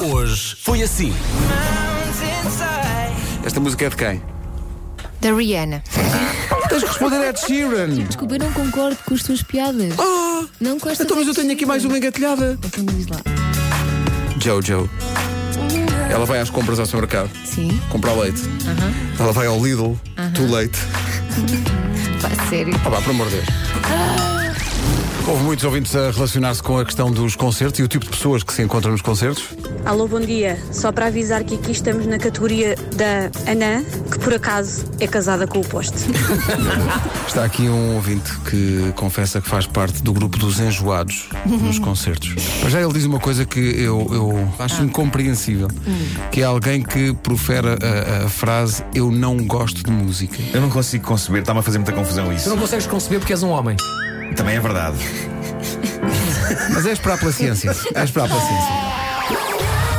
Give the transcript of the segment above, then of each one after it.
Hoje foi assim. Esta música é de quem? Da Rihanna. Tens que responder a Ed Sheeran. Desculpa, eu não concordo com as tuas piadas. Ah, Não com estas. então, mas eu tenho aqui mais uma engatilhada. Então diz lá. Jojo. Ela vai às compras ao supermercado Sim, comprar leite. Ela vai ao Lidl, tu leite. pá, sério. Ah, pá, por amor de Deus. Ah. Houve muitos ouvintes a relacionar-se com a questão dos concertos e o tipo de pessoas que se encontram nos concertos. Alô, bom dia. Só para avisar que aqui estamos na categoria da Anã, que por acaso é casada com o poste. Está aqui um ouvinte que confessa que faz parte do grupo dos enjoados nos concertos. Mas já ele diz uma coisa que eu, eu acho incompreensível, que é alguém que profere a, a frase eu não gosto de música. Eu não consigo conceber, está-me a fazer muita confusão Tu isso. não consegues conceber porque és um homem. Também é verdade. Mas é esperar pela ciência. É esperar pela ciência.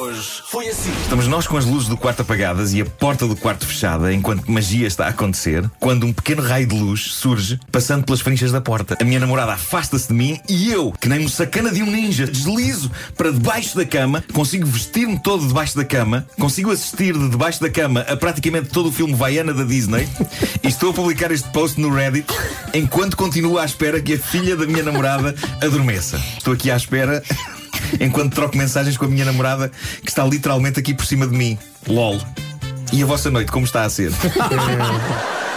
Hoje foi assim. Estamos nós com as luzes do quarto apagadas e a porta do quarto fechada, enquanto magia está a acontecer, quando um pequeno raio de luz surge, passando pelas frinchas da porta. A minha namorada afasta-se de mim e eu, que nem um sacana de um ninja, deslizo para debaixo da cama, consigo vestir-me todo debaixo da cama, consigo assistir de debaixo da cama a praticamente todo o filme Vaiana da Disney e estou a publicar este post no Reddit enquanto continuo à espera que a filha da minha namorada adormeça. Estou aqui à espera. enquanto troco mensagens com a minha namorada que está literalmente aqui por cima de mim. LOL. E a vossa noite, como está a ser?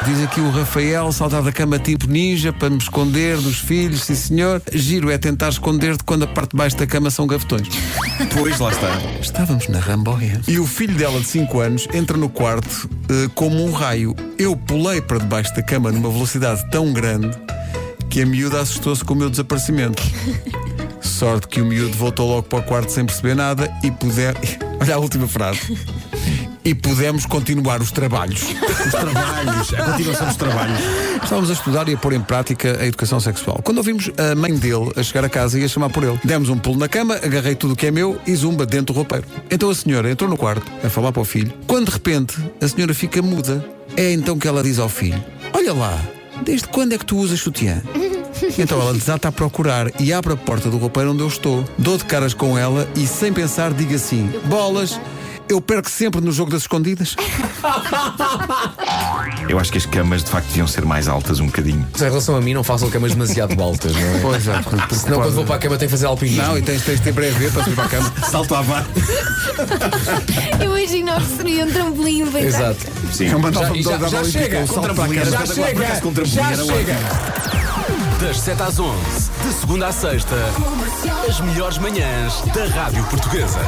Diz aqui o Rafael saltar da cama tipo ninja para me esconder dos filhos, sim senhor. Giro é tentar esconder-te quando a parte de baixo da cama são gavetões. pois lá está. Estávamos na Ramboia. E o filho dela de 5 anos entra no quarto eh, como um raio. Eu pulei para debaixo da cama numa velocidade tão grande que a miúda assustou-se com o meu desaparecimento. Sorte que o miúdo voltou logo para o quarto sem perceber nada e puder. Olha a última frase. E pudemos continuar os trabalhos. Os trabalhos, a continuação dos trabalhos. Estávamos a estudar e a pôr em prática a educação sexual. Quando ouvimos a mãe dele a chegar a casa e a chamar por ele, demos um pulo na cama, agarrei tudo o que é meu e zumba dentro do roupeiro. Então a senhora entrou no quarto a falar para o filho. Quando de repente a senhora fica muda, é então que ela diz ao filho: Olha lá, desde quando é que tu usas sutiã? Então ela desata a procurar e abre a porta do roupeiro onde eu estou. Dou de caras com ela e, sem pensar, digo assim: Bolas, eu perco sempre no jogo das escondidas. Eu acho que as camas de facto deviam ser mais altas um bocadinho. Em relação a mim, não façam camas demasiado altas, não é? Pois é, porque Senão, quando vou para a cama, tenho que fazer alpinismo. Não, e tens, tens de ter breve para subir para a cama. Salto à vá. Eu imaginava que seria um trampolim bem Exato. Sim. É uma nova Já- já- medalha já olímpica, chega, um salto para a trampolim, cara. já- Por acaso, com trampolim Já era chega. Das 7 às 11, de segunda à sexta, as melhores manhãs da Rádio Portuguesa.